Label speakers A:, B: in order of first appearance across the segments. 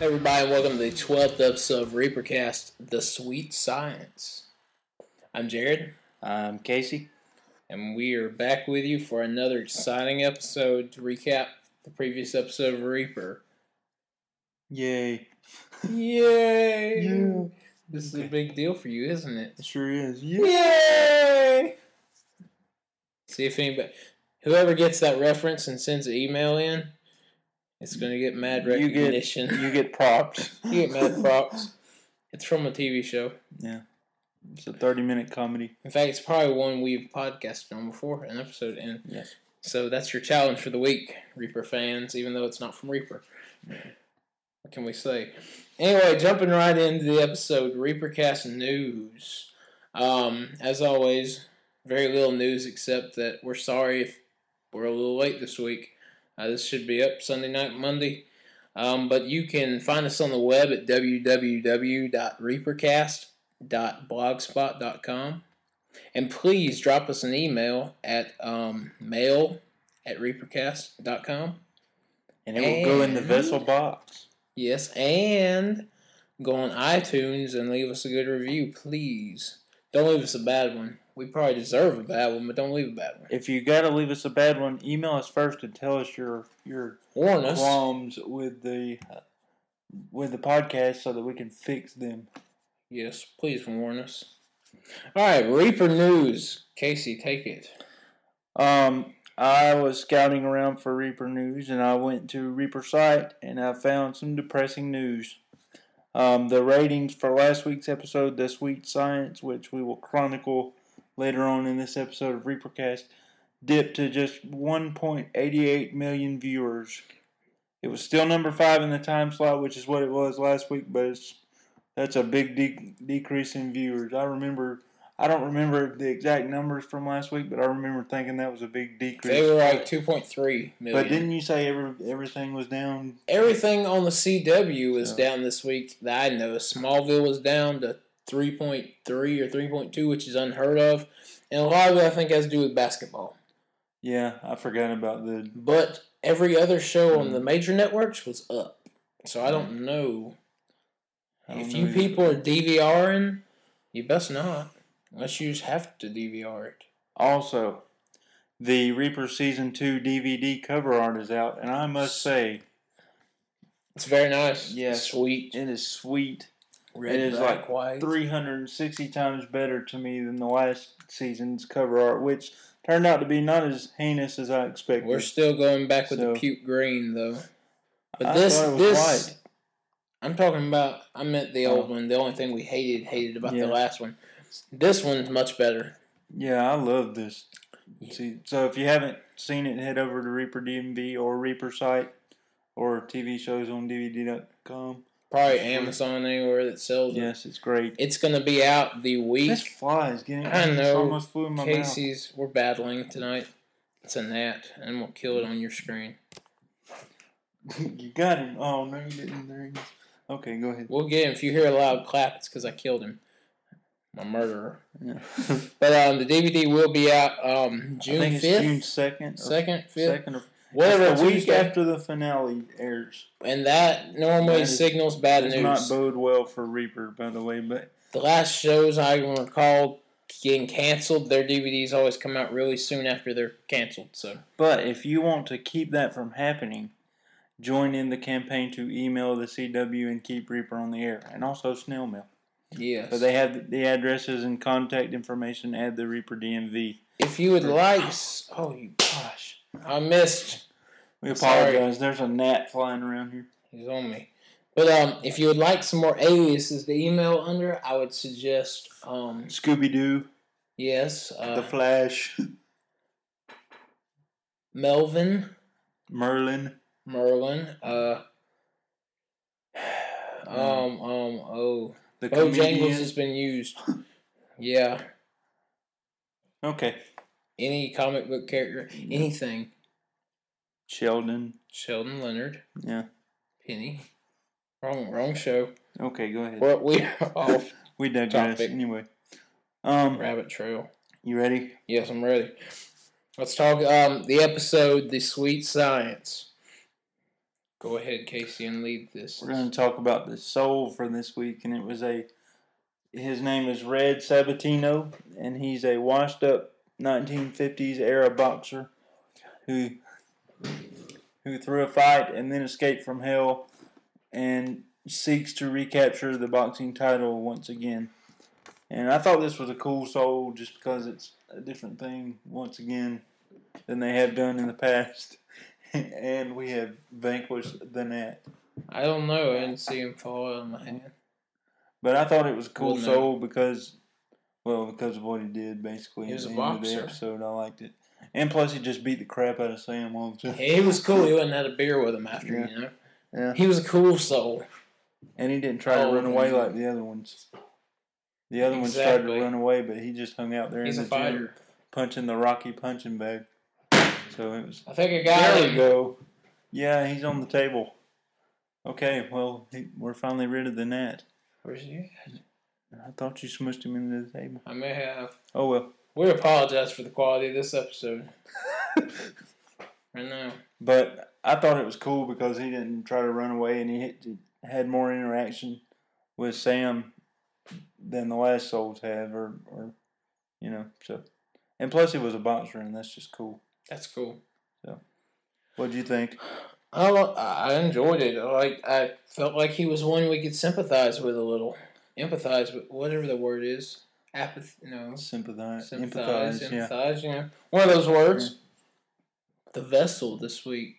A: Everybody, welcome to the 12th episode of Reapercast, The Sweet Science. I'm Jared,
B: Um, Casey,
A: and we are back with you for another exciting episode to recap the previous episode of Reaper.
B: yay!
A: Yay!
B: Yeah.
A: This is a big deal for you, isn't it?
B: It sure is.
A: Yay! See if anybody, whoever gets that reference and sends an email in, it's going to get mad
B: You get-
A: recognition.
B: You get props.
A: you get mad props. It's from a TV show.
B: Yeah, it's a thirty-minute comedy.
A: In fact, it's probably one we've podcasted on before, an episode in.
B: Yes.
A: So that's your challenge for the week, Reaper fans, even though it's not from Reaper. What can we say? Anyway, jumping right into the episode, Reapercast news. Um, as always, very little news except that we're sorry if we're a little late this week. Uh, this should be up Sunday night, Monday. Um, but you can find us on the web at www.reapercast.blogspot.com. And please drop us an email at um, mail at reapercast.com.
B: And it will go in the
A: And-
B: vessel box.
A: Yes, and go on iTunes and leave us a good review, please. Don't leave us a bad one. We probably deserve a bad one, but don't leave a bad one.
B: If you gotta leave us a bad one, email us first and tell us your your
A: Warn us.
B: qualms with the with the podcast so that we can fix them.
A: Yes, please warn us. All right, Reaper News. Casey, take it.
B: Um, I was scouting around for Reaper news, and I went to Reaper site, and I found some depressing news. Um, the ratings for last week's episode, The Sweet Science, which we will chronicle later on in this episode of Reapercast, dipped to just 1.88 million viewers. It was still number five in the time slot, which is what it was last week, but it's that's a big de- decrease in viewers. I remember I don't remember the exact numbers from last week, but I remember thinking that was a big decrease.
A: They were like 2.3 million.
B: but didn't you say every, everything was down?
A: Everything on the CW was
B: Yeah.
A: down this week that I know. Smallville was down to 3.3 or 3.2, which is unheard of. And a lot of it, I think, has to do with basketball.
B: Yeah, I forgot about the.
A: But every other show on the
B: Hmm.
A: major networks was up. So I don't know.
B: I don't
A: if
B: know
A: you
B: either.
A: people are DVRing, you best not. Unless you just have to DVR it.
B: Also, the Reaper Season 2 DVD cover art is out, and I must say,
A: It's very nice.
B: Yeah.
A: Sweet.
B: it is sweet.
A: Red,
B: is
A: black,
B: like
A: white.
B: 360 times better to me than the last season's cover art, which turned out to be not as heinous as I expected.
A: We're still going back with
B: So-
A: the puke green, though. But
B: I
A: this,
B: thought it was
A: this,
B: white.
A: I'm talking about. I meant the old
B: Oh.
A: one. The only thing we hated, hated about
B: Yeah.
A: the last one. This one's much better.
B: Yeah, I love this.
A: Yeah.
B: See, so if you haven't seen it, head over to Reaper DMV or Reaper site or TV shows on DVD.com.
A: Probably Amazon anywhere that sells it.
B: Yes, it's great.
A: It's gonna be out the week.
B: This fly is getting.
A: I
B: it's
A: know.
B: almost flew in my mouth.
A: Casey's. We're battling tonight. It's a gnat, and we'll kill it on your screen.
B: you got him. Oh no, you didn't. There he is. Okay, go ahead.
A: We'll get him. If you hear a loud clap, it's because I killed him. My murderer.
B: Yeah.
A: But um, the DVD will be out um,
B: I think
A: June
B: it's June
A: fifth,
B: second.
A: second, fifth,
B: Second or
A: whatever.
B: it's the week
A: Tuesday.
B: after the finale airs.
A: And that normally
B: That is-
A: signals bad
B: Does not
A: news.
B: bode well for Reaper, by the way. But
A: The last shows I can recall getting canceled, their DVDs always come out really soon after they're canceled. So
B: But if you want to keep that from happening, join in the campaign to email the CW and keep Reaper on the air, and also snail mail.
A: yes,
B: So they have the addresses and contact information at the Reaper DMV.
A: if you
B: Mm.
A: would like, s- oh, you,
B: Gosh,
A: I missed.
B: we
A: Sorry.
B: apologize. There's a gnat flying around here.
A: He's on me. But um, if you would like some more aliases to email under, I would suggest um,
B: Scooby Doo,
A: yes,
B: The
A: uh,
B: Flash,
A: Melvin,
B: Merlin.
A: Merlin, uh, um, um, oh,
B: Mm. The
A: Bojangles
B: comedian.
A: has been used. Yeah.
B: Okay,
A: any comic book character, anything.
B: Sheldon.
A: Sheldon Leonard,
B: Yeah.
A: Penny. Wrong, wrong show.
B: Okay, go ahead.
A: We're, we're off
B: We digress.
A: Topic.
B: Anyway, um,
A: rabbit trail.
B: you ready?
A: Yes, I'm ready. Let's talk um the episode, the sweet science. Go ahead, Casey, and lead this.
B: We're going to talk about the soul for this week, and it was a. His name is Red Sabatino, and he's a washed-up 1950s era boxer who who threw a fight and then escaped from hell and seeks to recapture the boxing title once again. And I thought this was a cool soul just because it's a different thing once again than they have done in the past. and we have vanquished the net.
A: I don't know. I didn't see him fall on my hand.
B: But I thought it was a cool
A: Well, no.
B: soul because, well, because of what he did basically.
A: He
B: at
A: was
B: the
A: a
B: end of the
A: boxer.
B: episode. I liked it. And plus, he just beat the crap out of Sam Wilson.
A: He was cool. He wouldn't had a beer with him after,
B: Yeah.
A: you know.
B: Yeah.
A: He was a cool soul.
B: And he didn't try
A: Oh,
B: to run away
A: man.
B: like the other ones. The other ones tried to
A: Exactly.
B: run away, but he just hung out there
A: He's a
B: in the gym
A: fighter.
B: punching the Rocky punching bag. So it was.
A: I think I got
B: There
A: him.
B: we go. Yeah, he's on the table. Okay, well, he, we're finally rid of the net.
A: Where's he? at?
B: I thought you smushed him into the table.
A: I may have.
B: Oh well.
A: We apologize for the quality of this episode. right now.
B: But I thought it was cool because he didn't try to run away and he hit, had more interaction with Sam than the last souls have, or, or you know. So, and plus he was a boxer, and that's just cool.
A: That's cool.
B: What do you think?
A: I, lo- I enjoyed it. I like I felt like he was one we could sympathize with a little, empathize with whatever the word is. Apathy, no,
B: Sympathize,
A: sympathize,
B: Uh, empathize, yeah.
A: empathize. You know, one of those words. The vessel this week.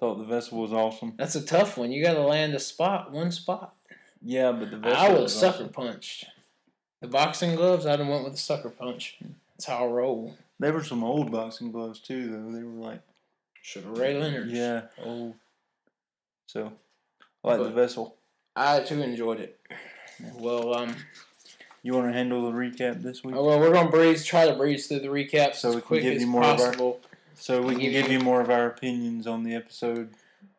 B: Thought the vessel was awesome.
A: That's a tough one. You got to land a spot, one spot.
B: Yeah, but the vessel.
A: I would have
B: was
A: sucker
B: awesome.
A: punched. The boxing gloves, I'd have went with a sucker punch. That's how I roll.
B: They were some old boxing gloves too, though. They were like,
A: Should have Ray Leonard.
B: yeah, Oh. old. So, like the
A: But-
B: vessel.
A: I too enjoyed it. Well, um,
B: You want to handle the recap this week,
A: oh, well, we're gonna breeze, try to breeze through the recaps
B: So we
A: as
B: can
A: quick
B: give
A: as
B: you more of our-
A: possible.
B: so we can
A: give
B: give
A: you-
B: you more of our opinions on the episode.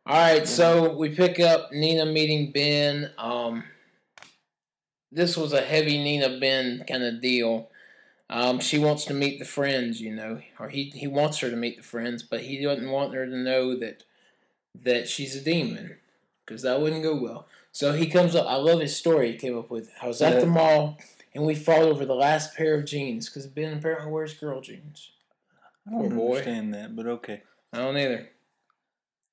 A: All right, so we pick up Nina meeting Ben. Um, this was a heavy Nina Ben kind of deal. Um, she wants to meet the friends, you know, or he he wants her to meet the friends, but he doesn't want her to know that that she's a demon because that wouldn't go well. So he comes up. I love his story. He came up with. I was at
B: Yeah.
A: the mall and we fought over the last pair of jeans because Ben apparently wears girl jeans.
B: I
A: Poor
B: don't
A: boy.
B: understand that, but okay.
A: I don't either.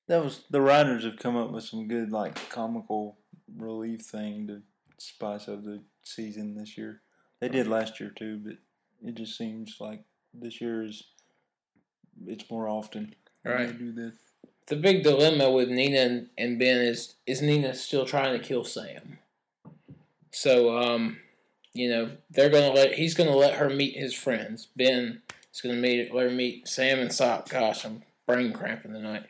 B: That was the writers have come up with some good like comical relief thing to spice up the season this year. They did last year too, but it just seems like this year is it's more often. when
A: Right.
B: they do this.
A: the big dilemma with Nina and, and Ben is is Nina still trying to kill Sam? So um, you know they're gonna let he's gonna let her meet his friends. Ben is gonna meet let her meet Sam and Sop. Gosh, I'm brain cramping tonight.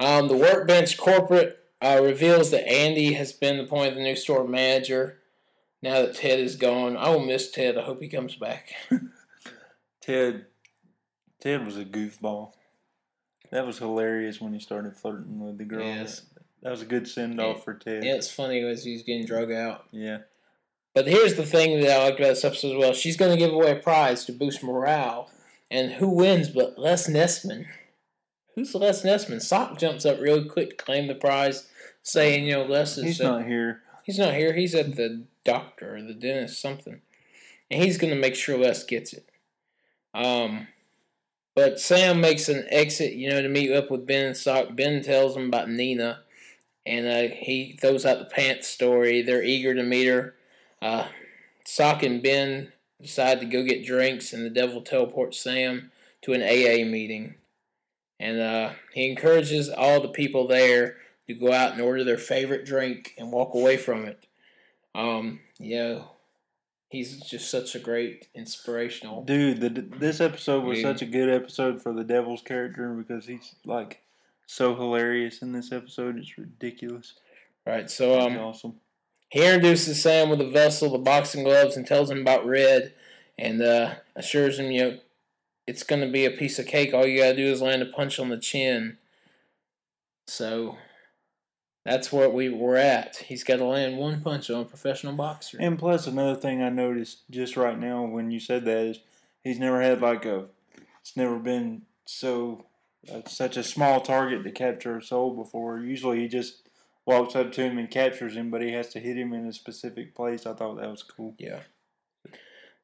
A: Um, the workbench corporate uh, reveals that Andy has been appointed the new store manager. Now that Ted is gone, I will miss Ted. I hope he comes back.
B: Ted Ted was a goofball. That was hilarious when he started flirting with the girl.
A: Yes.
B: That was a good send off for Ted.
A: Yeah, it's funny as he's getting drug out.
B: Yeah.
A: But here's the thing that I liked about this episode as well. She's going to give away a prize to boost morale. And who wins but Les Nessman? Who's Les Nessman? Sock jumps up real quick to claim the prize, saying, you know, Les is.
B: He's
A: uh,
B: not here.
A: he's not here. He's at the doctor or the dentist, something. And he's going to make sure Les gets it. Um, but Sam makes an exit, you know, to meet up with Ben and Sock. Ben tells him about Nina, and uh, he throws out the pants story. They're eager to meet her. Uh, Sock and Ben decide to go get drinks, and the devil teleports Sam to an AA meeting. And uh, he encourages all the people there to go out and order their favorite drink and walk away from it. Um, yeah, he's just such a great inspirational.
B: Dude, the, this episode was
A: I mean-
B: such a good episode for the Devil's character because he's like so hilarious in this episode. It's ridiculous.
A: Right, so
B: He's
A: um,
B: awesome.
A: He introduces Sam with the vessel, the boxing gloves, and tells him about Red, and uh, assures him, you know, it's going to be a piece of cake. All you got to do is land a punch on the chin. So that's where we were at. He's got to land one punch on a professional boxer.
B: And plus, another thing I noticed just right now when you said that is he's never had like a. It's never been so That's such a small target to capture a soul before. Usually he just walks up to him and captures him, but he has to hit him in a specific place. I thought that was cool.
A: Yeah.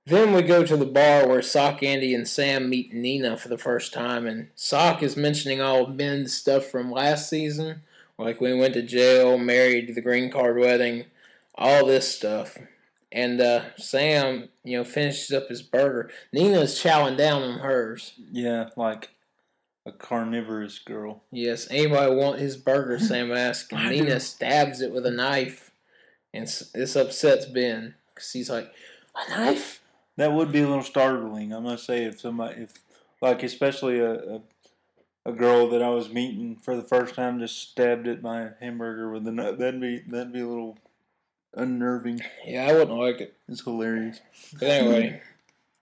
A: Then we go to the bar where Sock, Andy, and Sam meet Nina for the first time, and Sock is mentioning all Ben's stuff from last season, like we went to jail, married, the green card wedding, all this stuff. And uh, Sam, you know, finishes up his burger. Nina's chowing down on hers.
B: Yeah, like a carnivorous girl.
A: Yes, anybody want his burger? Sam asks. And
B: I do.
A: Nina stabs it with a knife, and s- this upsets Ben because he's like, "A knife?
B: That would be a little startling, I must say, if somebody, if like especially a, a a girl that I was meeting for the first time just stabbed at my hamburger with a knife. That'd be that'd be a little unnerving.
A: Yeah, I wouldn't like it."
B: It's hilarious.
A: But anyway,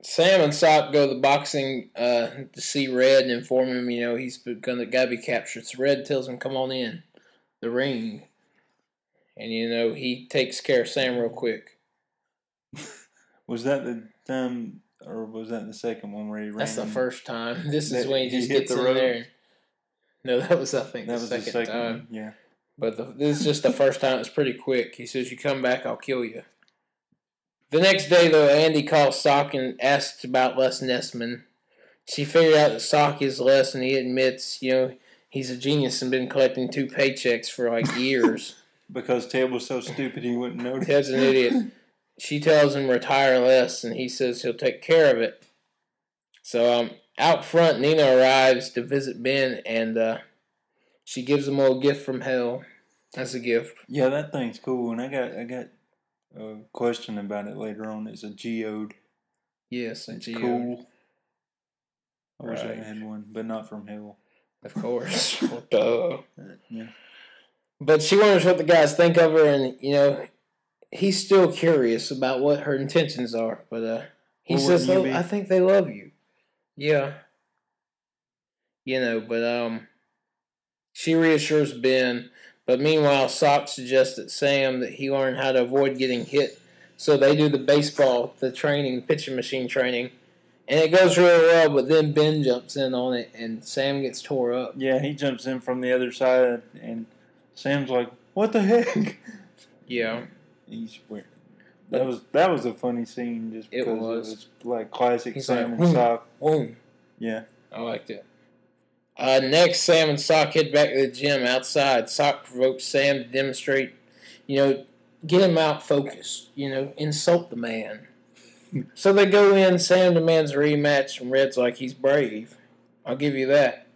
A: Sam and Sock go to the boxing uh, to see Red and inform him, you know, he's be- gonna gotta be captured. So Red tells him, "Come on in, the ring," and you know he takes care of Sam real quick.
B: Was that the time, or was that the second one where he ran?
A: That's the first time. This is
B: That
A: when he
B: he
A: just
B: hit
A: gets
B: the
A: in
B: ropes?
A: there. No, that was I think
B: That was
A: the second time.
B: one, Yeah.
A: But the, this is just the first time. It's pretty quick. He says, "You come back, I'll kill you." The next day, though, Andy calls Sock and asks about Les Nessman. She figured out that Sock is Les, and he admits, you know, he's a genius and been collecting two paychecks for like years.
B: Because Ted was so stupid he wouldn't notice.
A: Ted's an idiot. She tells him retire Les, and he says he'll take care of it. So um, out front, Nina arrives to visit Ben, and uh, she gives him a little gift from hell as a gift.
B: Yeah, that thing's cool, and I got I got a question about it later on. It's a geode.
A: Yes, and
B: It's
A: she
B: cool. I wish I
A: Right.
B: had one, but not from hell.
A: Of course. Well, Duh.
B: Yeah.
A: But she wonders what the guys think of her, and, you know, he's still curious about what her intentions are. But uh, he
B: Well,
A: says,
B: wouldn't you
A: "Look,
B: be?"
A: I think they love you. Yeah. You know, but um, she reassures Ben. But meanwhile, Sock suggests that Sam that he learn how to avoid getting hit. So they do the baseball, the training, pitching machine training. And it goes really well, but then Ben jumps in on it, and Sam gets tore up.
B: Yeah, he jumps in from the other side, and Sam's like, "What the heck?"
A: Yeah.
B: He's weird. That was that was a funny scene, just
A: It
B: because it was,
A: was.
B: like classic
A: He's
B: Sam
A: like,
B: and
A: "Hmm."
B: Sock.
A: Boom.
B: Yeah,
A: I liked it. Uh, next, Sam and Sock head back to the gym outside. Sock provokes Sam to demonstrate, you know, get him out focused, you know, insult the man. so they go in, Sam demands a rematch, and Red's like, he's brave. I'll give you that.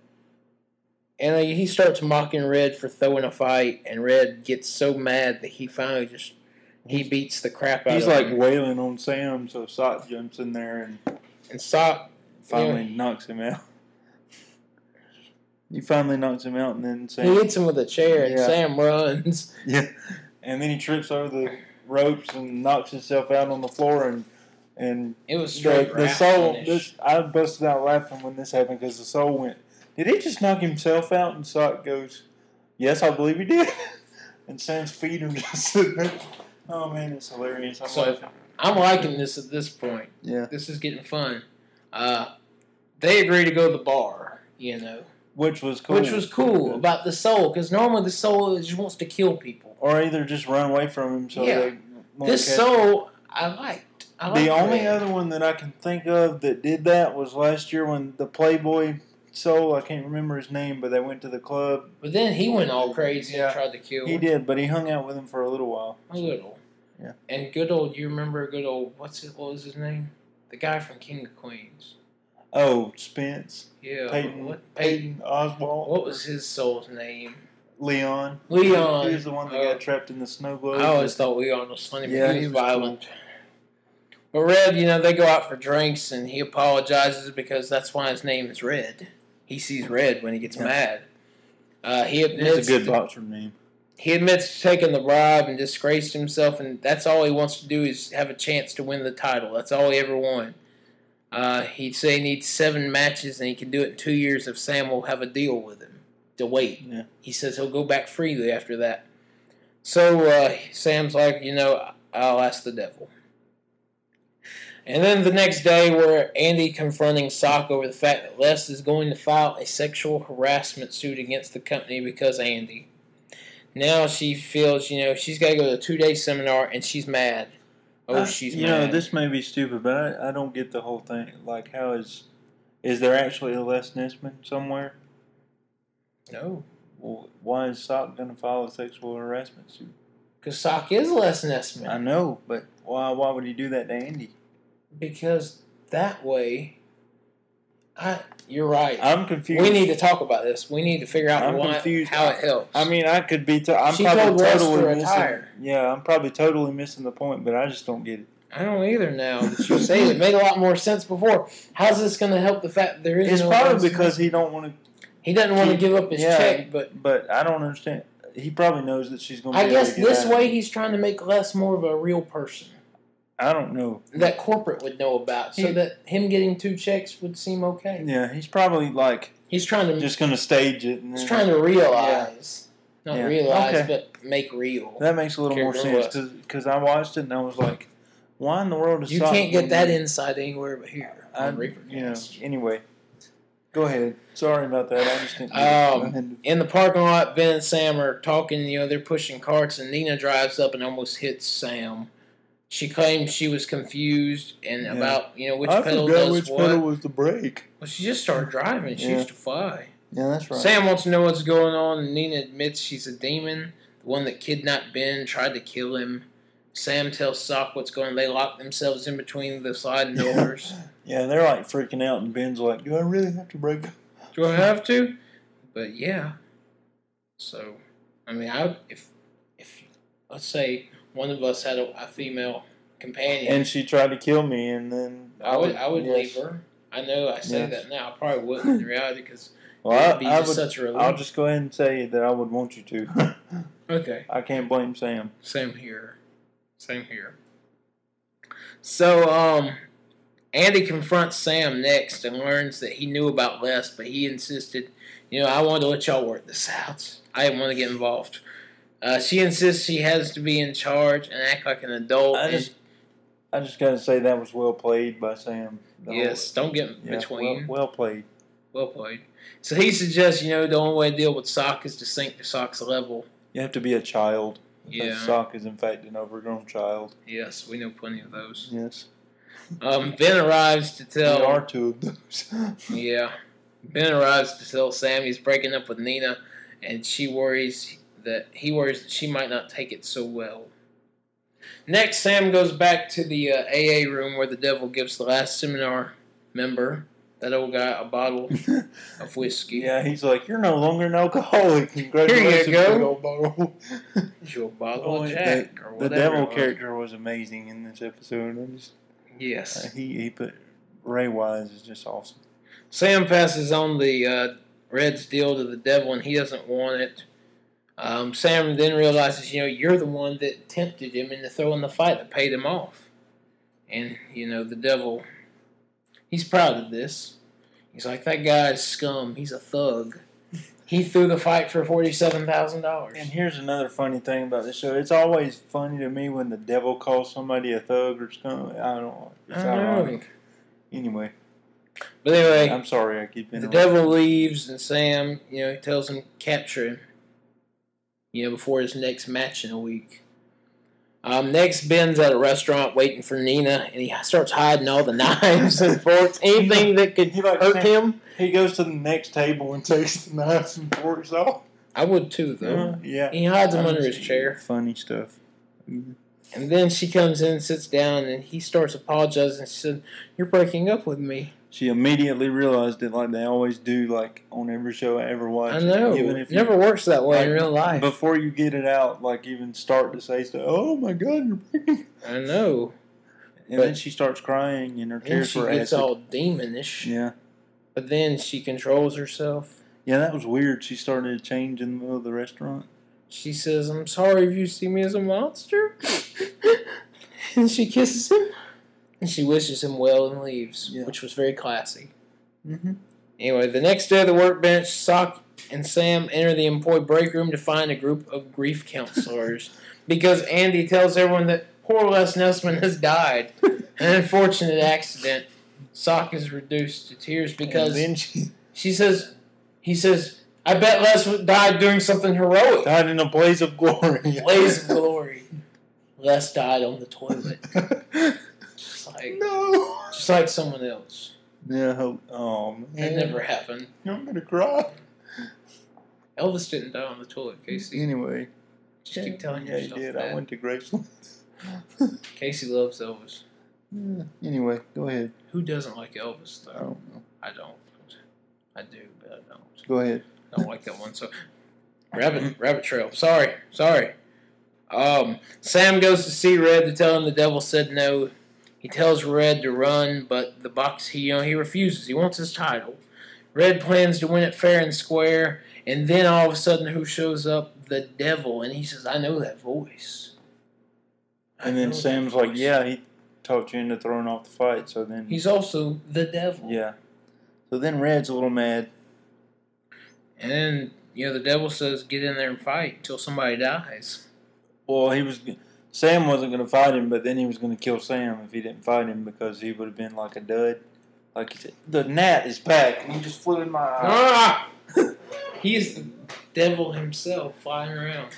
A: And uh, he starts mocking Red for throwing a fight, and Red gets so mad that he finally just he beats the crap out
B: he's
A: of
B: like
A: him.
B: wailing on Sam, so Sock jumps in there and
A: And Sock,
B: finally knocks him out. He finally knocks him out, and then Sam
A: he hits him with a chair, and
B: Yeah.
A: Sam runs.
B: Yeah. And then he trips over the ropes and knocks himself out on the floor and and
A: It was
B: the,
A: straight.
B: the soul this
A: This,
B: I busted out laughing when this happened because the soul went did he just knock himself out and Sock goes yes I believe he did and Sam's feet are just sitting there oh man it's hilarious I'm
A: So-
B: laughing
A: I'm liking this at this point.
B: yeah
A: This is getting fun. Uh, they agree to go to the bar, you know,
B: which was cool
A: which was cool about the soul because normally the soul just wants to kill people.
B: or either just run away from him so
A: Yeah.
B: they won't
A: This
B: catch him.
A: soul I liked. I liked
B: The only
A: that.
B: other one that I can think of that did that was last year when the Playboy soul, I can't remember his name, but they went to the club.
A: but then he went all crazy
B: Yeah.
A: and tried to kill
B: He did, but he hung out with him for a little while.
A: good old.
B: Yeah.
A: And good old, you remember good old? What's it? What was his name? The guy from King of Queens.
B: Oh, Spence,
A: Yeah.
B: Peyton,
A: What? Peyton.
B: Peyton Oswald,
A: What was his soul's name?
B: Leon.
A: Leon.
B: He was the one that
A: Oh.
B: got trapped in the snow globe.
A: I always thought Leon was funny, but
B: Yeah,
A: he
B: he
A: was
B: was
A: violent. But Red, you know, they go out for drinks, and he apologizes because that's why his name is Red. He sees red when he gets
B: Yeah.
A: mad. Uh, he admits
B: It's a good boxer name.
A: he admits to taking the bribe and disgraced himself, and that's all he wants to do is have a chance to win the title. That's all he ever won. Uh, he'd say he needs seven matches, and he can do it in two years if Sam will have a deal with him to wait.
B: Yeah.
A: He says he'll go back freely after that. So uh, Sam's like, you know, I'll ask the devil. And then the next day, we're Andy confronting Sock over the fact that Les is going to file a sexual harassment suit against the company because Andy. Now she feels, you know, she's got to go to a two day seminar and she's mad. Oh,
B: I-
A: she's
B: Uh, you
A: mad.
B: know this may be stupid, but I, I don't get the whole thing. Like, how is is there actually a Les Nisman somewhere?
A: no,
B: Well, why is Sock gonna file a sexual harassment suit?
A: because Sock is Les Nessman.
B: I know, but why why would he do that to Andy?
A: because that way, I you're right.
B: I'm confused.
A: we need to talk about this. We need to figure out
B: I'm
A: why,
B: confused.
A: how it helps.
B: I mean, I could be. T- I'm
A: She told
B: probably
A: Les to
B: totally missing.
A: retire.
B: Yeah, I'm probably totally missing the point, but I just don't get it.
A: I don't either now that you say it. It made a lot more sense before. How's this going to help the fact that there is
B: It's
A: no
B: probably
A: Leslie?
B: because he don't want
A: he doesn't want to
B: he-
A: give up his
B: yeah.
A: check, but
B: to. But I don't understand. He probably knows that she's gonna.
A: I
B: be able
A: guess
B: to get
A: this
B: out of
A: way
B: it.
A: he's trying to make Les more of a real person
B: I don't know.
A: that corporate would know about, so
B: He-
A: that him getting two checks would seem okay.
B: Yeah, he's probably like
A: He's trying to
B: just gonna stage it. And
A: he's
B: then-
A: trying to realize, not
B: Yeah.
A: realize,
B: Okay.
A: but make real.
B: That makes a little more
A: Character
B: sense because I watched it and I was like, why in the world is
A: You
B: Sokka
A: can't get
B: gonna-
A: that insight anywhere but here
B: I,
A: on Reaper.
B: you know,
A: Cast.
B: anyway, go ahead. Sorry about that. I just didn't.
A: Um, in the parking lot, Ben and Sam are talking. You know, they're pushing carts, and Nina drives up and almost hits Sam. She claims she was confused and
B: Yeah.
A: about you know which
B: I
A: pedal
B: forgot
A: does
B: which
A: what.
B: pedal was the brake.
A: Well, she just started driving. She
B: Yeah.
A: used to fly.
B: Yeah, that's right.
A: Sam wants to know what's going on, and Nina admits she's a demon, the one that kidnapped Ben, tried to kill him. Sam tells Sock what's going. on. They lock themselves in between the sliding
B: Yeah.
A: doors.
B: Yeah, they're like freaking out, and Ben's like, "Do I really have to break?" up?"
A: Do I have to? But yeah. So, I mean, I if if let's say one of us had a, a female companion,
B: And she tried to kill me, and then
A: I would I would
B: yes.
A: leave her. I know I say
B: Yes.
A: that now. I probably wouldn't in reality because
B: Well,
A: it'd be
B: I, I
A: just
B: would.
A: such a relief.
B: I'll just go ahead and say that I would want you to.
A: okay,
B: I can't blame Sam.
A: same here, same here. So, um, Andy confronts Sam next and learns that he knew about Les, but he insisted, you know, I wanted to let y'all work this out. I didn't want to get involved. Uh, she insists she has to be in charge and act like an adult.
B: I
A: and-
B: just, I just gotta say that was well played by Sam. The whole-
A: yes, don't get in
B: yeah, well-
A: between.
B: Well, played.
A: Well, played. So he suggests, you know, the only way to deal with Sock is to sink to Sock's level.
B: You have to be a child.
A: Yeah.
B: Sock is in fact an overgrown child.
A: Yes, we know plenty of those.
B: Yes.
A: Um, ben arrives to tell.
B: there are two of those.
A: Yeah. Ben arrives to tell Sam he's breaking up with Nina, and she worries that he worries that she might not take it so well. Next, Sam goes back to the uh, AA room where the devil gives the last seminar member, that old guy, a bottle of whiskey.
B: yeah, he's like, you're no longer an alcoholic. Congratulations,
A: go.
B: big old bottle."
A: Here's your bottle
B: Oh,
A: of
B: the-
A: Jack or
B: The
A: whatever. it
B: devil
A: was.
B: character was amazing in this episode. I just, uh,
A: Yes.
B: he he put Ray Wise is just awesome.
A: Sam passes on the uh, Reds deal to the devil, and he doesn't want it. Um, Sam then realizes, you know, you're the one that tempted him into throwing the fight that paid him off. And, you know, the devil, he's proud of this. He's like, that guy's scum. He's a thug. He threw the fight for
B: And
A: $47,000.
B: here's another funny thing about this show. It's always funny to me when the devil calls somebody a thug or scum. I don't. It's
A: I know.
B: ironic. Anyway,
A: But anyway,
B: I'm sorry I keep
A: The
B: interrupting.
A: devil leaves, and Sam, you know, he tells him capture him. You know, before his next match in a week. Um, next, Ben's at a restaurant waiting for Nina, and he starts hiding all the knives and forks, anything that could
B: He like
A: hurt him.
B: He goes to the next table and takes the knives and forks off.
A: I would too, though.
B: Yeah.
A: He hides them under his chair,
B: Funny stuff.
A: and then she comes in, sits down, and he starts apologizing. She said, "You're breaking up with me."
B: She immediately realized it, like they always do, like on every show I ever watched.
A: I know.
B: Even if
A: It
B: you-
A: never works that way in
B: like,
A: real life.
B: before you get it out, like even start to say stuff. Oh my God, you're pregnant.
A: I know.
B: And
A: But-
B: then she starts crying, and her
A: Then
B: tears
A: she
B: were
A: gets
B: acid.
A: all demonish,
B: Yeah,
A: but then she controls herself.
B: yeah, that was weird. She started to change in the middle of the restaurant.
A: She says, I'm sorry if you see me as a monster. and she kisses him. And she wishes him well and leaves,
B: Yeah.
A: which was very classy.
B: Mm-hmm.
A: Anyway, the next day at the workbench, Sock and Sam enter the employee break room to find a group of grief counselors because Andy tells everyone that poor Les Nessman has died. An unfortunate accident. Sock is reduced to tears because
C: And then she
A: she says, he says, I bet Les died doing something heroic.
B: Died in a blaze of glory.
A: Blaze of glory. Les died on the toilet. Just like,
B: no.
A: just like someone else.
B: No. Oh man.
A: That never happened.
B: I'm gonna cry.
A: Elvis didn't die on the toilet, Casey.
B: Anyway.
A: Just keep telling
B: yeah,
A: yourself
B: he did.
A: that.
B: I went to Graceland.
A: Casey loves Elvis.
B: Yeah. Anyway, go ahead.
A: Who doesn't like Elvis,
B: I
A: though?
B: don't know.
A: I don't. I do, but I don't.
B: Go ahead.
A: I don't like that one. So, rabbit, rabbit trail. Sorry, sorry. Um, Sam goes to see Red to tell him the devil said no. He tells Red to run, but the box he he refuses. He wants his title. Red plans to win it fair and square, and then all of a sudden, who shows up? The devil, and he says, "I know that voice." I
B: And then
A: know that
B: Sam's like,
A: voice."
B: "Yeah, he talked you into throwing off the fight." So then,
A: He's also the devil.
B: yeah. So then Red's a little mad.
A: And then, you know, the devil says, "Get in there and fight until somebody dies."
B: Well, he was. Sam wasn't going to fight him, but then he was going to kill Sam if he didn't fight him because he would have been like a dud. Like he said, the gnat is back, and he just flew in my eye.
A: Ah! He's the devil himself flying around.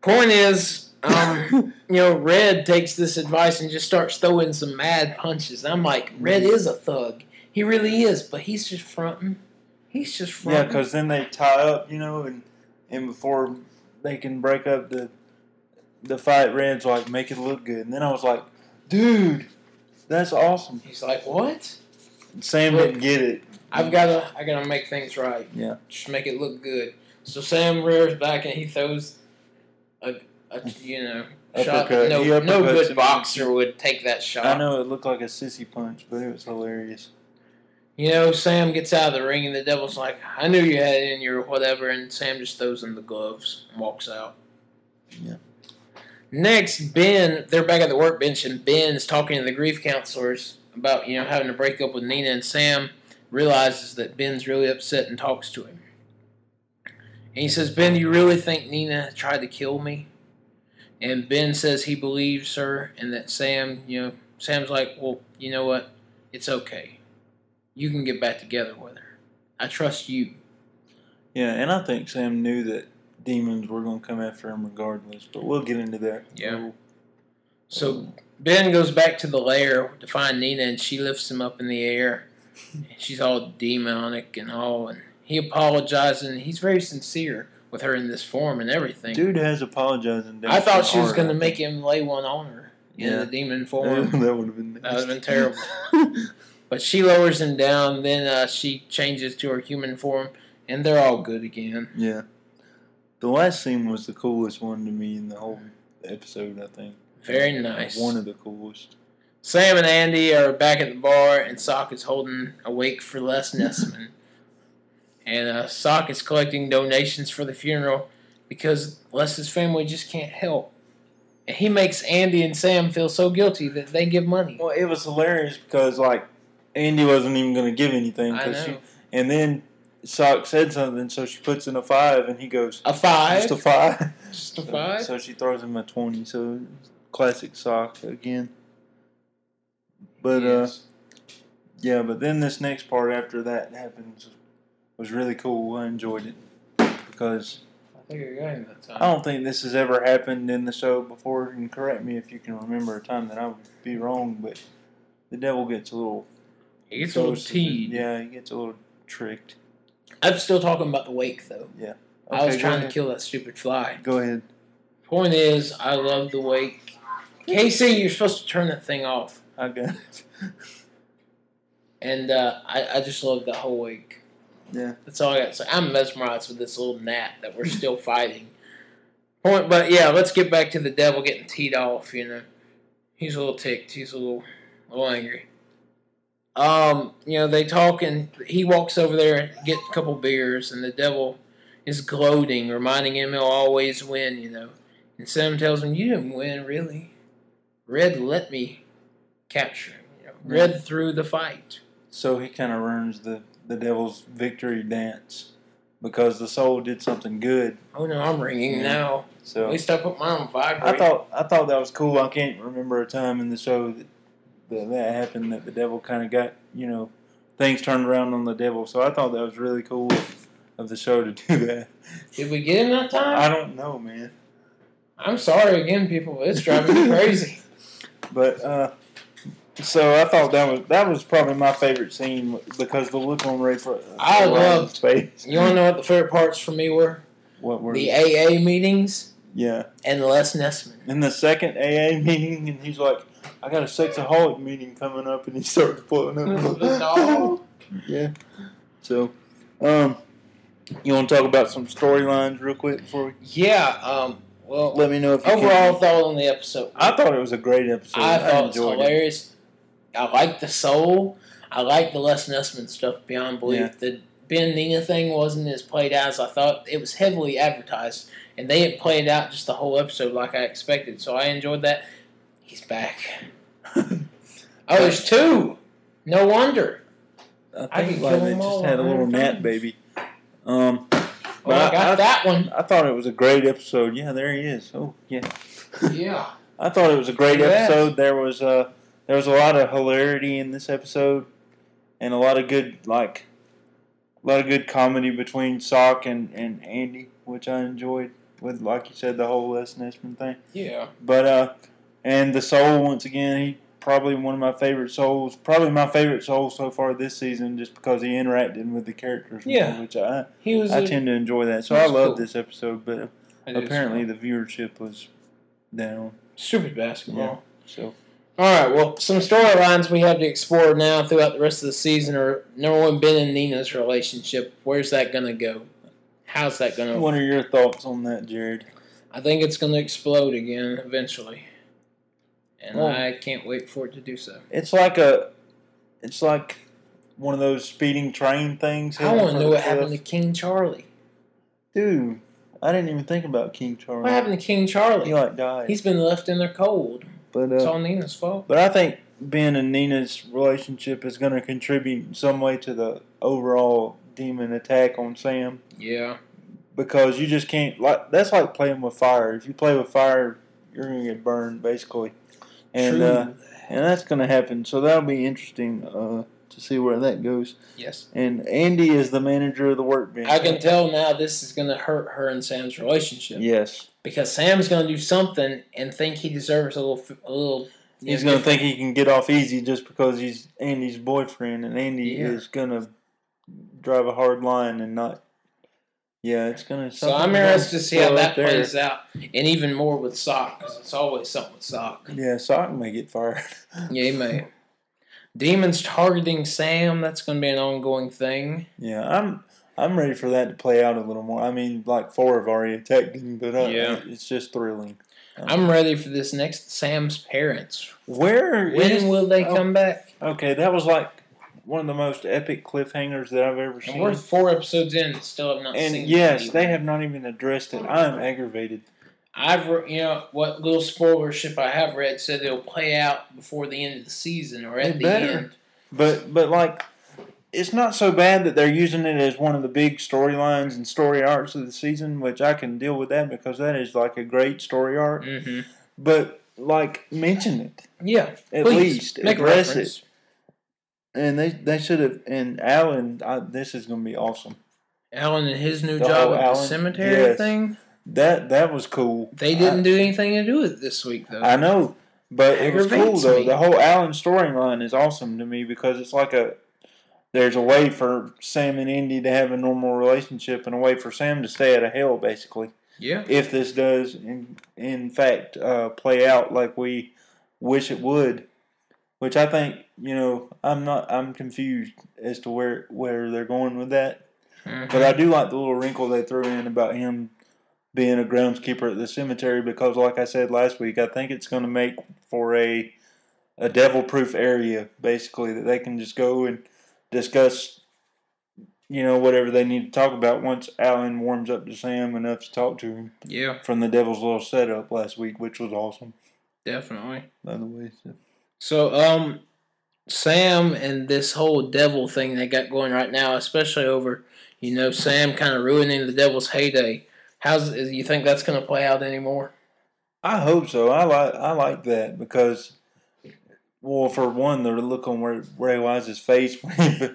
A: Point is, um, you know, Red takes this advice and just starts throwing some mad punches. And I'm like, Red is a thug. He really is, but he's just fronting. He's just
B: yeah,
A: fronting.
B: because then they tie up, you know, and and before they can break up the the fight, Red's like make it look good, and then I was like, dude, that's awesome.
A: he's like, what?
B: Sam didn't get it.
A: I've gotta, I gotta make things right.
B: Yeah.
A: just make it look good. So Sam rears back and he throws a, a you know, shot.
B: Uppercut.
A: that No,
B: He
A: no
B: uppercuts
A: good
B: him.
A: boxer would take that shot.
B: I know it looked like a sissy punch, but it was hilarious.
A: You know, Sam gets out of the ring and the devil's like, I knew you had it in you or whatever, and Sam just throws in the gloves and walks out.
B: Yeah.
A: Next, Ben, they're back at the workbench and Ben's talking to the grief counselors about, you know, having to break up with Nina and Sam, realizes that Ben's really upset and talks to him. And he says, Ben, do you really think Nina tried to kill me? And Ben says he believes her and that Sam, you know, Sam's like, well, you know what? It's okay you can get back together with her. I trust you.
B: Yeah, and I think Sam knew that demons were going to come after him regardless, but we'll get into that.
A: Yeah. So Ben goes back to the lair to find Nina, and she lifts him up in the air. She's all demonic and all, and he apologizes, and he's very sincere with her in this form and everything.
B: Dude has apologized and
A: I thought she was
B: hard.
A: going to make him lay one on her in
B: Yeah.
A: the demon form.
B: that would have been
A: That would have been
B: nasty.
A: terrible. But she lowers him down, then uh, she changes to her human form, and they're all good again.
B: yeah. The last scene was the coolest one to me in the whole episode, I think.
A: Very nice.
B: One of the coolest.
A: Sam and Andy are back at the bar, and Sock is holding a wake for Les Nessman. and uh, Sock is collecting donations for the funeral because Les's family just can't help. And he makes Andy and Sam feel so guilty that they give money.
B: Well, it was hilarious because, like, Andy wasn't even going to give anything.
A: I
B: 'cause
A: know.
B: She, and then Sock said something, so she puts in a five, and he goes,
A: A five?
B: just a five.
A: Just a five?
B: So she throws him a twenty. So classic sock again. But uh,
A: Yes.
B: yeah, but then this next part after that happens was really cool. I enjoyed it because
A: I think you're going that time.
B: I don't think this has ever happened in the show before. And correct me if you can remember a time that I would be wrong, but the devil gets a little
A: he gets a little
B: goes to-
A: teed.
B: Yeah, he gets a little tricked.
A: I'm still talking about the wake, though. I was
B: Okay,
A: trying
B: go
A: to
B: ahead.
A: kill that stupid fly.
B: Go ahead.
A: Point is, I love the wake. Casey, you're supposed to turn that thing off.
B: I got it.
A: And uh, I, I just love that whole week.
B: Yeah.
A: That's all I got. So I'm mesmerized with this little gnat that we're still fighting. Point, but yeah, let's get back to the devil getting teed off. You know, he's a little ticked. He's a little, a little angry. Um, you know, they talk and he walks over there and get a couple beers, and the devil is gloating, reminding him he'll always win. You know, and Sam tells him, "You didn't win, really. Red let me capture him. You know, Red threw the fight."
B: So he kind of ruins the the devil's victory dance because the soul did something good.
A: Oh no, I'm ringing now. At
B: So
A: least I put my own vibrate.
B: I thought I thought that was cool. I can't remember a time in the show that that, that happened that the devil kind of got you know things turned around on the devil. So I thought that was really cool of, of the show to do that.
A: Did we get in that time?
B: I don't know, man,
A: I'm sorry again, people. but It's driving me crazy.
B: but uh, so I thought that was that was probably my favorite scene because the look on Ray.
A: I loved-
B: face.
A: You want to know what the favorite parts for me were?
B: what were
A: The AA meetings
B: yeah.
A: and Les Nessman.
B: in the second AA meeting, and he's like, "I got a sexaholic meeting coming up," and he starts pulling up.
A: The dog.
B: yeah. So, um, you want to talk about some storylines real quick before we
A: Yeah. Um. Well,
B: let me know if you can.
A: overall thought on the episode.
B: I thought it was a great episode.
A: I thought it was
B: enjoyed
A: hilarious. I like the soul. I like the Les Nessman stuff beyond belief.
B: Yeah.
A: The Ben Nina thing wasn't as played out as I thought. It was heavily advertised, and they had played out just the whole episode like I expected. So I enjoyed that. He's back. oh, there's two. No wonder. I
B: I think
A: could
B: like
A: kill
B: they
A: them all
B: just had a little
A: 100
B: gnat
A: times.
B: baby. Um,
A: Well, I
B: but
A: got
B: I, I,
A: that one.
B: I thought it was a great episode. Yeah, there he is. Oh, yeah.
A: Yeah.
B: I thought it was a great
A: Yeah.
B: episode. There was uh, there was a lot of hilarity in this episode, and a lot of good like, a lot of good comedy between Sock and, and Andy, which I enjoyed. With like you said, the whole Les Nessman thing.
A: Yeah.
B: But uh, and the soul once again, he probably one of my favorite souls, probably my favorite soul so far this season, just because he interacted with the characters, more,
A: Yeah.
B: which I
A: He was.
B: I
A: a-
B: tend to enjoy that. So
A: he
B: I
A: was
B: love
A: cool.
B: this episode, but
A: I just-
B: apparently the viewership was down.
A: stupid basketball.
B: Yeah. So
A: All right. Well, some storylines we have to explore now throughout the rest of the season are number one, Ben and Nina's relationship. Where's that going to go? How's that going to?
B: What are your thoughts on that, Jared?
A: I think it's going to explode again eventually, and
B: Oh.
A: I can't wait for it to do so.
B: It's like a, it's like one of those speeding train things.
A: I
B: heading
A: want
B: for
A: to know
B: the
A: what happened to
B: cliff.
A: King Charlie.
B: Dude, I didn't even think about King Charlie.
A: What happened to King
B: He
A: Charlie?
B: like died.
A: He's been left in there cold.
B: but
A: It's
B: uh,
A: all Nina's fault.
B: but I think Ben and Nina's relationship is going to contribute in some way to the overall demon attack on Sam
A: Yeah.
B: because you just can't like that's like playing with fire. If you play with fire, you're going to get burned basically. And
A: True.
B: uh and that's going to happen. So that'll be interesting uh, to see where that goes.
A: yes.
B: And Andy is the manager of the workbench.
A: I can tell now this is going to hurt her and Sam's relationship.
B: Yes,
A: because Sam's going to do something and think he deserves a little, a little. you
B: he's
A: know,
B: gonna think he can get off easy just because he's Andy's boyfriend, and Andy
A: Yeah.
B: is gonna drive a hard line and not. Yeah, it's gonna.
A: So I'm interested to see how that plays out, and even more with Sock because it's always something with Sock.
B: Yeah, Sock may get fired.
A: Yeah, he may. Demons targeting Sam. That's going to be an ongoing thing.
B: Yeah, I'm. I'm ready for that to play out a little more. I mean, like four have already attacked him, but uh,
A: Yeah.
B: it's just thrilling.
A: I'm ready for this next Sam's parents.
B: Where is-
A: When will they
B: oh,
A: come back?
B: Okay, that was like one of the most epic cliffhangers that I've ever
A: And
B: seen.
A: we're four episodes in, and still have not
B: And
A: seen. Oh,
B: yes,
A: them.
B: they have not even addressed it. I am aggravated.
A: I've re- you know what little spoilership I have read said they'll play out before the end of the season or at
B: They
A: the
B: better.
A: end.
B: But but like it's not so bad that they're using it as one of the big storylines and story arcs of the season, which I can deal with that because that is like a great story arc.
A: hmm
B: But like mention it
A: Yeah,
B: at
A: Please,
B: least
A: make a
B: address
A: reference.
B: it. And they they should have. And Alan, I, this is going to be awesome.
A: Alan and his new
B: The
A: job
B: whole
A: at the
B: Alan-
A: cemetery
B: yes.
A: thing.
B: That that was cool.
A: They didn't do anything to do with it this week though.
B: I know, but it was cool
A: Aggravates
B: though.
A: me.
B: The whole Alan storyline is awesome to me because it's like a there's a way for Sam and Indy to have a normal relationship and a way for Sam to stay out of hell basically.
A: yeah,
B: If this does in in fact uh, play out like we wish it would, which I think you know I'm not I'm confused as to where where they're going with that.
A: Mhm.
B: But I do like the little wrinkle they threw in about him being a groundskeeper at the cemetery because, like I said last week, I think it's going to make for a a devil-proof area, basically, that they can just go and discuss, you know, whatever they need to talk about once Alan warms up to Sam enough to talk to him
A: yeah,
B: from the devil's little setup last week, which was awesome,
A: definitely.
B: by the way. So.
A: So, um, Sam and this whole devil thing they got going right now, especially over you know, Sam kind of ruining the Devil's heyday. How's is- you think that's going to play out anymore?
B: I hope so. I like I like that because, well, for one, the look on Ray, Ray Wise's face,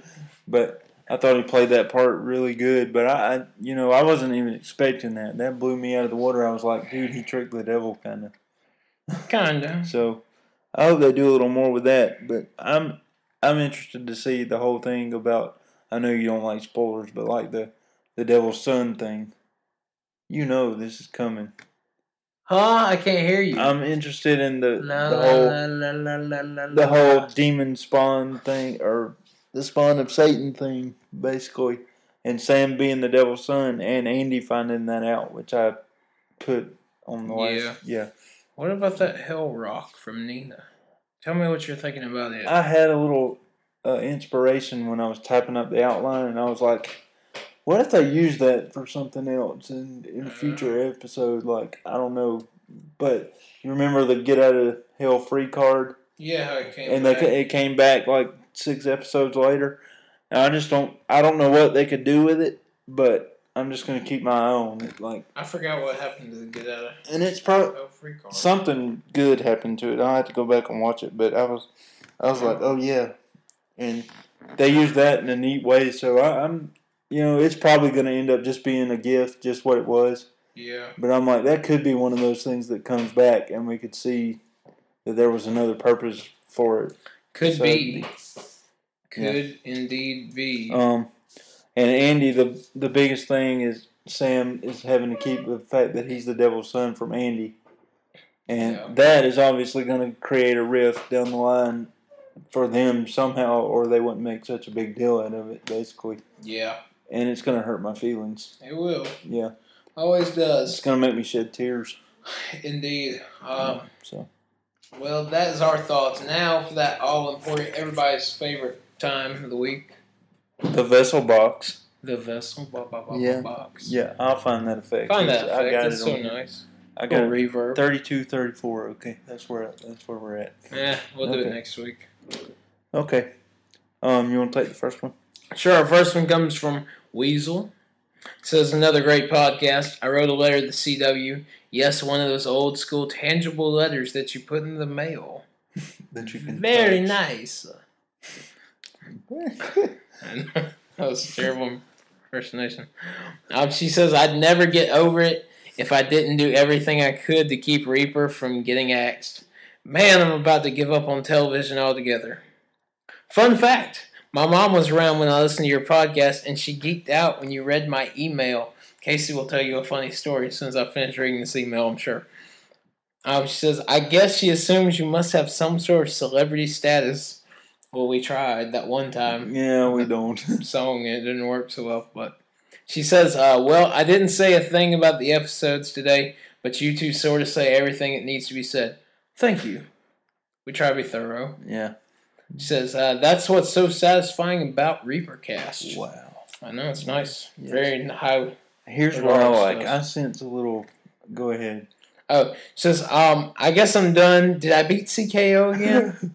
B: but I thought he played that part really good. But I, I, you know, I wasn't even expecting that. That blew me out of the water. I was like, dude, he tricked the devil, kind of.
A: Kinda.
B: So I hope they do a little more with that. But I'm I'm interested to see the whole thing about. I know you don't like spoilers, but like the the devil's son thing. You know this is coming.
A: Huh? I can't hear you.
B: I'm interested in the,
A: La,
B: Uh, the
A: la,
B: whole
A: la, la, la, la, la,
B: the
A: la.
B: whole demon spawn thing or the spawn of Satan thing, basically, and Sam being the devil's son and Andy finding that out, which I put on the last.
A: Yeah.
B: Yeah,
A: What about that Hell Rock from Nina? Tell me what you're thinking about it.
B: I had a little uh, inspiration when I was typing up the outline, and I was like, "What if they use that for something else in in a future episode?" Like I don't know, but you remember the get out of hell free card?
A: yeah, how it came.
B: and they, ca- it came back like six episodes later. And I just don't I don't know what they could do with it, but I'm just gonna keep my eye on it. Like,
A: I forgot what happened to the Get Out
B: and it's probably
A: of Free Card.
B: something good happened to it. I'll have to go back and watch it, but I was I was like, oh yeah, and they used that in a neat way. So I, I'm you know it's probably gonna end up just being a gift, just what it was.
A: yeah.
B: But I'm like, that could be one of those things that comes back, and we could see that there was another purpose for it.
A: Could
B: So-
A: be. Could indeed be.
B: Um, and Andy, the the biggest thing is Sam is having to keep the fact that he's the devil's son from Andy, and
A: Yeah.
B: that is obviously going to create a rift down the line for them somehow, or they wouldn't make such a big deal out of it, basically.
A: yeah,
B: And it's going to hurt my feelings.
A: it will.
B: Yeah,
A: Always
B: it's
A: does.
B: going to make me shed tears.
A: Indeed. Um,
B: So
A: well, that is our thoughts. Now for that all important, everybody's favorite time of the week
B: the vessel box.
A: the vessel. Ba, ba, ba, ba,
B: Yeah.
A: box.
B: Yeah, I'll find that effect.
A: Find that
B: I
A: effect.
B: got
A: That's
B: it
A: so
B: on-
A: nice.
B: I got
A: Little
B: it.
A: reverb.
B: 32, 34. Okay, that's where that's where we're at.
A: Yeah, Eh, we'll do it
B: Okay.
A: next week.
B: Okay. Um, you want to take the first one?
A: Sure. Our first one comes from Weasel. It says another great podcast. I wrote a letter to the CW. Yes, one of those old school tangible letters that you put in the mail.
B: that you can
A: Very nice.
B: nice.
A: And that was a terrible impersonation. Um, she says, I'd never get over it if I didn't do everything I could to keep Reaper from getting axed. Man, I'm about to give up on television altogether. Fun fact my mom was around when I listened to your podcast, and she geeked out when you read my email. Casey will tell you a funny story as soon as I finish reading this email, I'm sure. Um, she says, I guess she assumes you must have some sort of celebrity status. Well, we tried that one time
B: yeah, we don't.
A: song. It didn't work so well, but she says, uh, "Well, I didn't say a thing about the episodes today, but you two sort of say everything that needs to be said. Thank you. We try to be thorough."
B: yeah.
A: She says, uh, "That's what's so satisfying about Reapercast.
B: Wow.
A: I know it's nice,
B: Yes.
A: very high."
B: Here's
A: They're
B: what I
A: all
B: like.
A: stuff.
B: I sense a little. Go ahead.
A: Oh, she says, "Um, I guess I'm done. Did I beat CKO again?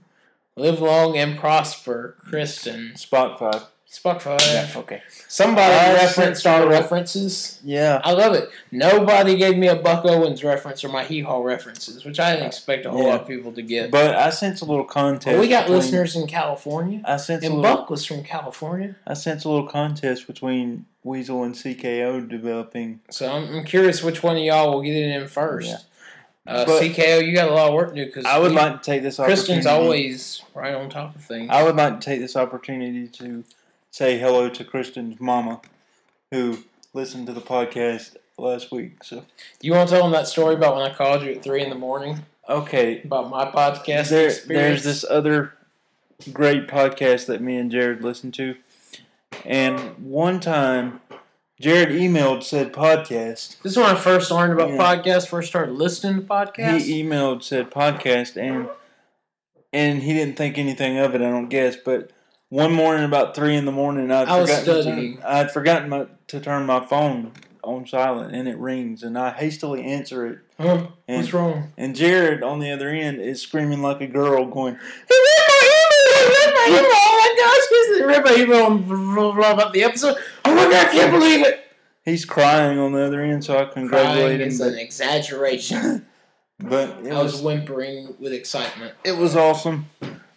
A: Live long and prosper, Kristen
B: Spot five.
A: Spockfire.
B: Okay.
A: Somebody
B: I
A: referenced
B: sent
A: our
B: her-
A: references."
B: Yeah.
A: I love it. Nobody gave me a Buck Owens reference or my Hee Haw references, which I didn't expect a whole lot of people to get.
B: But I sense a little contest.
A: But we got
B: between-
A: listeners in California,
B: I sense a
A: and
B: little.
A: Buck was from California,
B: I sense a little contest between Weasel and CKO developing.
A: so I'm, I'm curious which one of y'all will get it in first. Uh,
B: But-
A: CKO, you got a lot of work to do because
B: I would like to take this opportunity.
A: Kristen's always right on top of things.
B: I would like to take this opportunity to say hello to Kristen's mama, who listened to the podcast last week. So
A: you want to tell them that story about when I called you at three in the morning
B: okay,
A: about my podcast
B: There-
A: experience?
B: There's this other great podcast that me and Jared listen to, and one time Jared emailed said podcast.
A: This is when I first learned about
B: Yeah.
A: podcasts, first started listening to podcasts.
B: He emailed said podcast, and and he didn't think anything of it. I don't guess, but one morning about three in the morning, I'd
A: I was
B: forgotten to
A: studying.
B: turn- I'd forgotten my, to turn my phone on silent, and it rings, and I hastily answer it.
A: Huh?
B: And
A: What's wrong?
B: And Jared on the other end is screaming like a girl, going, "He read my
A: rip my hero! Oh my gosh, this is rip my hero! and Blah, blah, blah, the episode. Oh my god, I can't believe it!
B: He's crying on the other end, so I
A: Crying
B: congratulate
A: is an
B: him.
A: exaggeration.
B: But, but it
A: I was
B: was
A: whimpering with excitement.
B: it was awesome.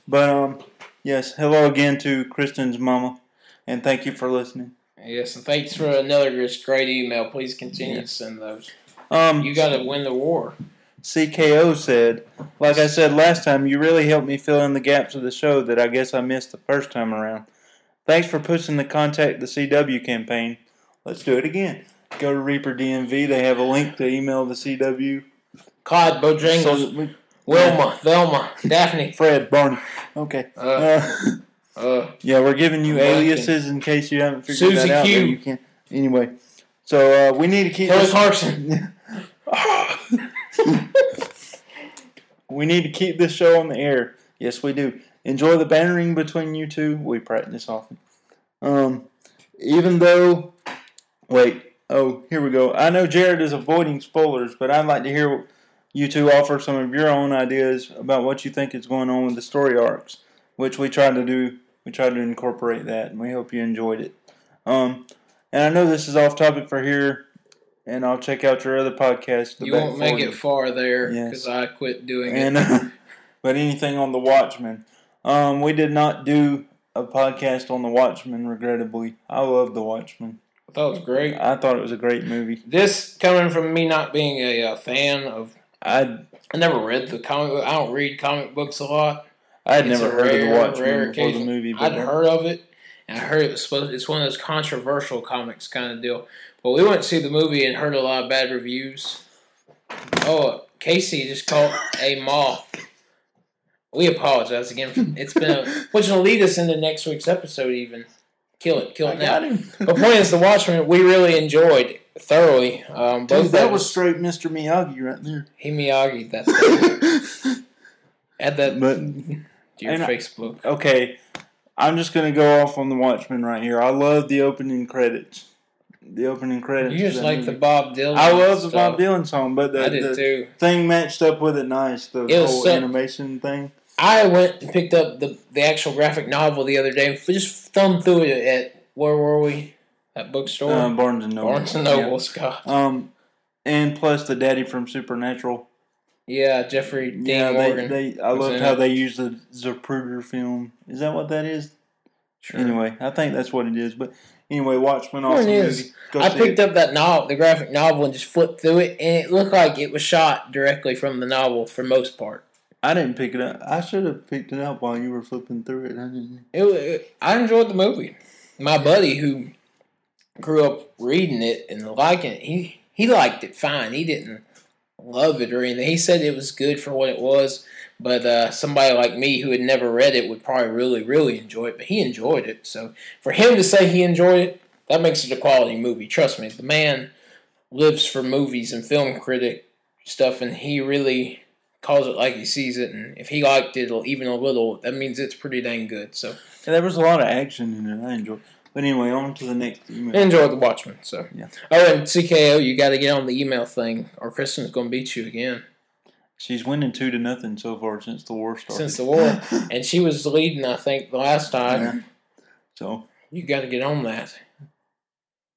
B: But um, yes, hello again to Kristen's mama, and thank you for listening.
A: Yes, and thanks for another just great email. Please continue to send those.
B: Um,
A: You got to win the war.
B: CKO said, like I said last time, you really helped me fill in the gaps of the show that I guess I missed the first time around. Thanks for pushing the Contact the CW campaign. Let's do it again. Go to Reaper DMV. They have a link to email the CW.
A: Cod, Bojangles,
B: So that we-
A: Wilma, Velma, Daphne.
B: Fred, Barney. Okay.
A: Uh,
B: Uh,
A: uh,
B: yeah, we're giving you
A: I'm blanking.
B: aliases in case you haven't figured
A: Susie
B: that out.
A: Q.
B: but You can. Anyway, so uh, we need to keep
A: Kelly
B: this-
A: Clarkson.
B: we need to keep this show on the air. Yes, we do. Enjoy the bantering between you two. We practice often. Um, even though, wait, oh, here we go. I know Jared is avoiding spoilers, but I'd like to hear you two offer some of your own ideas about what you think is going on with the story arcs, which we tried to do. We tried to incorporate that, and we hope you enjoyed it. Um, and I know this is off topic for here, and I'll check out your other podcast. the
A: You
B: Back
A: won't make
B: 40
A: it far there
B: Yes.
A: because I quit doing
B: and
A: it.
B: uh, but anything on the Watchmen. Um, we did not do a podcast on the Watchmen, regrettably. I love the Watchmen.
A: I thought it was great.
B: I thought it was a great movie.
A: This coming from me not being a uh, fan of.
B: I
A: I never read the comic. book. I don't read comic books a lot.
B: I had
A: It's
B: never
A: a
B: heard of
A: rare,
B: the Watchmen
A: rare
B: before the
A: occasion.
B: movie, but
A: I'd heard of it, and I heard it was supposed. It's one of those controversial comics kind of deal. But we went to see the movie and heard a lot of bad reviews. Oh, Casey just caught a moth. We apologize again. for- It's been a, which will lead us into next week's episode. Even kill it, kill
B: I
A: it now.
B: got him.
A: But point is, the Watchmen we really enjoyed thoroughly. Um, both
B: Dude, that
A: of
B: was
A: us.
B: straight Mr. Miyagi right there.
A: he Miyagi that thing. add that
B: but
A: to your
B: and I-
A: Facebook.
B: okay, I'm just gonna go off on the Watchmen right here. I love the opening credits. The opening credits.
A: You
B: of
A: just
B: that
A: like the
B: movie.
A: Bob Dylan.
B: I love the
A: stuff.
B: Bob Dylan song, but the,
A: I did
B: the,
A: too.
B: thing matched up with it nice. The
A: It was
B: whole
A: so-
B: animation thing.
A: I went and picked up the the actual graphic novel the other day. and Just thumbed through it at where were we? That bookstore,
B: Uh, Barnes and Noble.
A: Barnes and Noble. Scott.
B: Yeah. Um, and plus the daddy from Supernatural.
A: Yeah, Jeffrey Dean
B: yeah,
A: Morgan.
B: they, they. I
A: was
B: loved
A: in
B: how
A: it.
B: they used the Zapruder film. Is that what that is?
A: Sure.
B: Anyway, I think that's what it is. But anyway, Watchmen.
A: Sure it
B: Awesome
A: is.
B: movie. Go
A: I
B: see
A: picked
B: it.
A: up that novel, the graphic novel, and just flipped through it, and it looked like it was shot directly from the novel for most part.
B: I didn't pick it up. I should have picked it up while you were flipping through it. I didn't.
A: It, wa- it, I enjoyed the movie. My buddy who grew up reading it and liking it, he he liked it fine. He didn't love it or anything. He said it was good for what it was, but uh, somebody like me who had never read it would probably really really enjoy it. But he enjoyed it, so for him to say he enjoyed it, that makes it a quality movie. Trust me, the man lives for movies and film critic stuff, and he really calls it like he sees it. And if he liked it even a little, that means it's pretty dang good. So.
B: Yeah, there was a lot of action in it. I enjoyed. But anyway, on to the next email.
A: Enjoy the Watchmen. So
B: Yeah.
A: Oh, and CKO, you got to get on the email thing, or Kristen's gonna beat you again
B: She's winning two to nothing so far since the war started.
A: since the war. and she was leading, I think, the last time.
B: Yeah. So
A: You got to get on that.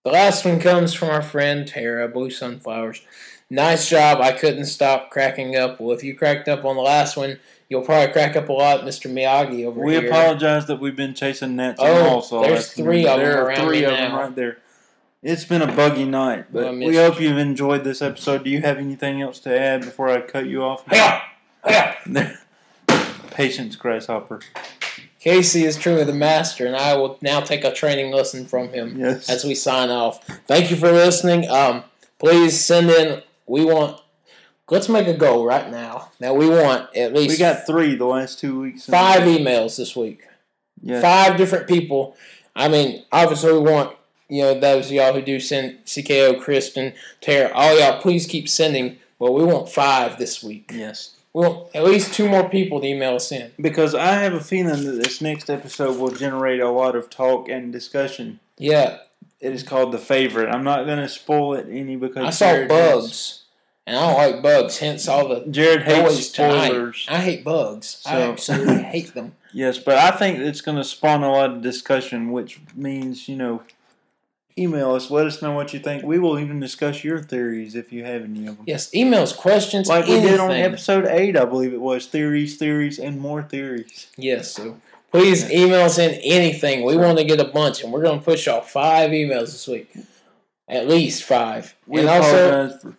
A: The last one comes from our friend Tara Blue Sunflowers. Nice job. I couldn't stop cracking up. Well, if you cracked up on the last one, you'll probably crack up a lot, Mr. Miyagi over
B: we
A: here.
B: apologize that we've been chasing gnats.
A: Oh,
B: and also
A: there's three of them
B: There are
A: around
B: three
A: me
B: of them
A: now.
B: right there. It's been a buggy night,
A: I
B: but
A: missed
B: we hope you've enjoyed this episode. Do you have anything else to add before I cut you off?
A: Yeah. Yeah.
B: Patience, grasshopper.
A: Casey is truly the master, and I will now take a training lesson from him.
B: Yes.
A: as we sign off. Thank you for listening. Um, please send in. We want. Let's make a goal right now. Now we want at least
B: we got three the last two weeks.
A: five emails this week.
B: Yes.
A: Five different people. I mean, obviously we want you know those of y'all who do send CKO, Kristen, Tara, all y'all. Please keep sending. But we want five this week.
B: Yes.
A: We want at least two more people to email us in.
B: Because I have a feeling that this next episode will generate a lot of talk and discussion.
A: Yeah,
B: It is called the favorite. I'm not going to spoil it any because
A: I saw
B: Jared has-
A: bugs. and I don't like bugs. Hence all the
B: Jared hates
A: Boys tonight.
B: spoilers.
A: I hate bugs. I
B: So-
A: absolutely hate them.
B: Yes, but I think it's going to spawn a lot of discussion, which means, you know, email us. Let us know what you think. We will even discuss your theories if you have any of them.
A: Yes, emails, questions,
B: Like we
A: anything.
B: did on episode 8, I believe it was. Theories, theories, and more theories.
A: Yes, so please email us in anything. We want to get a bunch, and we're going to push out five emails this week, at least five.
B: We
A: and also
B: apologize for-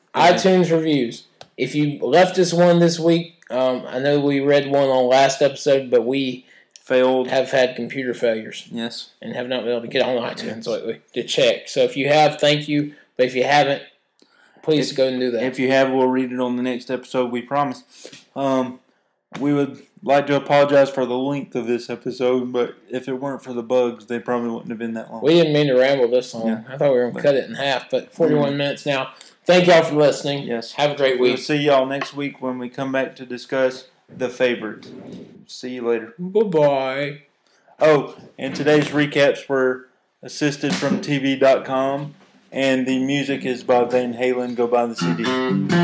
A: iTunes reviews. If you left us one this week, um, I know we read one on last episode, but we
B: failed.
A: have had computer failures
B: Yes.
A: and have not been able to get on iTunes
B: Yes.
A: lately to check. So if you have, thank you. But if you haven't, please go and do that.
B: If you have, we'll read it on the next episode. We promise. Um, we would like to apologize for the length of this episode, but if it weren't for the bugs, they probably wouldn't have been that long.
A: We didn't mean to ramble this long.
B: Yeah.
A: I thought we were going to
B: But- Mm-hmm.
A: cut it in half, but 41 minutes now. Thank y'all for listening.
B: Yes.
A: Have a great
B: We'll
A: week.
B: see y'all next week when we come back to discuss the favorite. See you later.
A: Bye bye.
B: Oh, and today's recaps were assisted from TV.com, and the music is by Van Halen. Go buy the CD.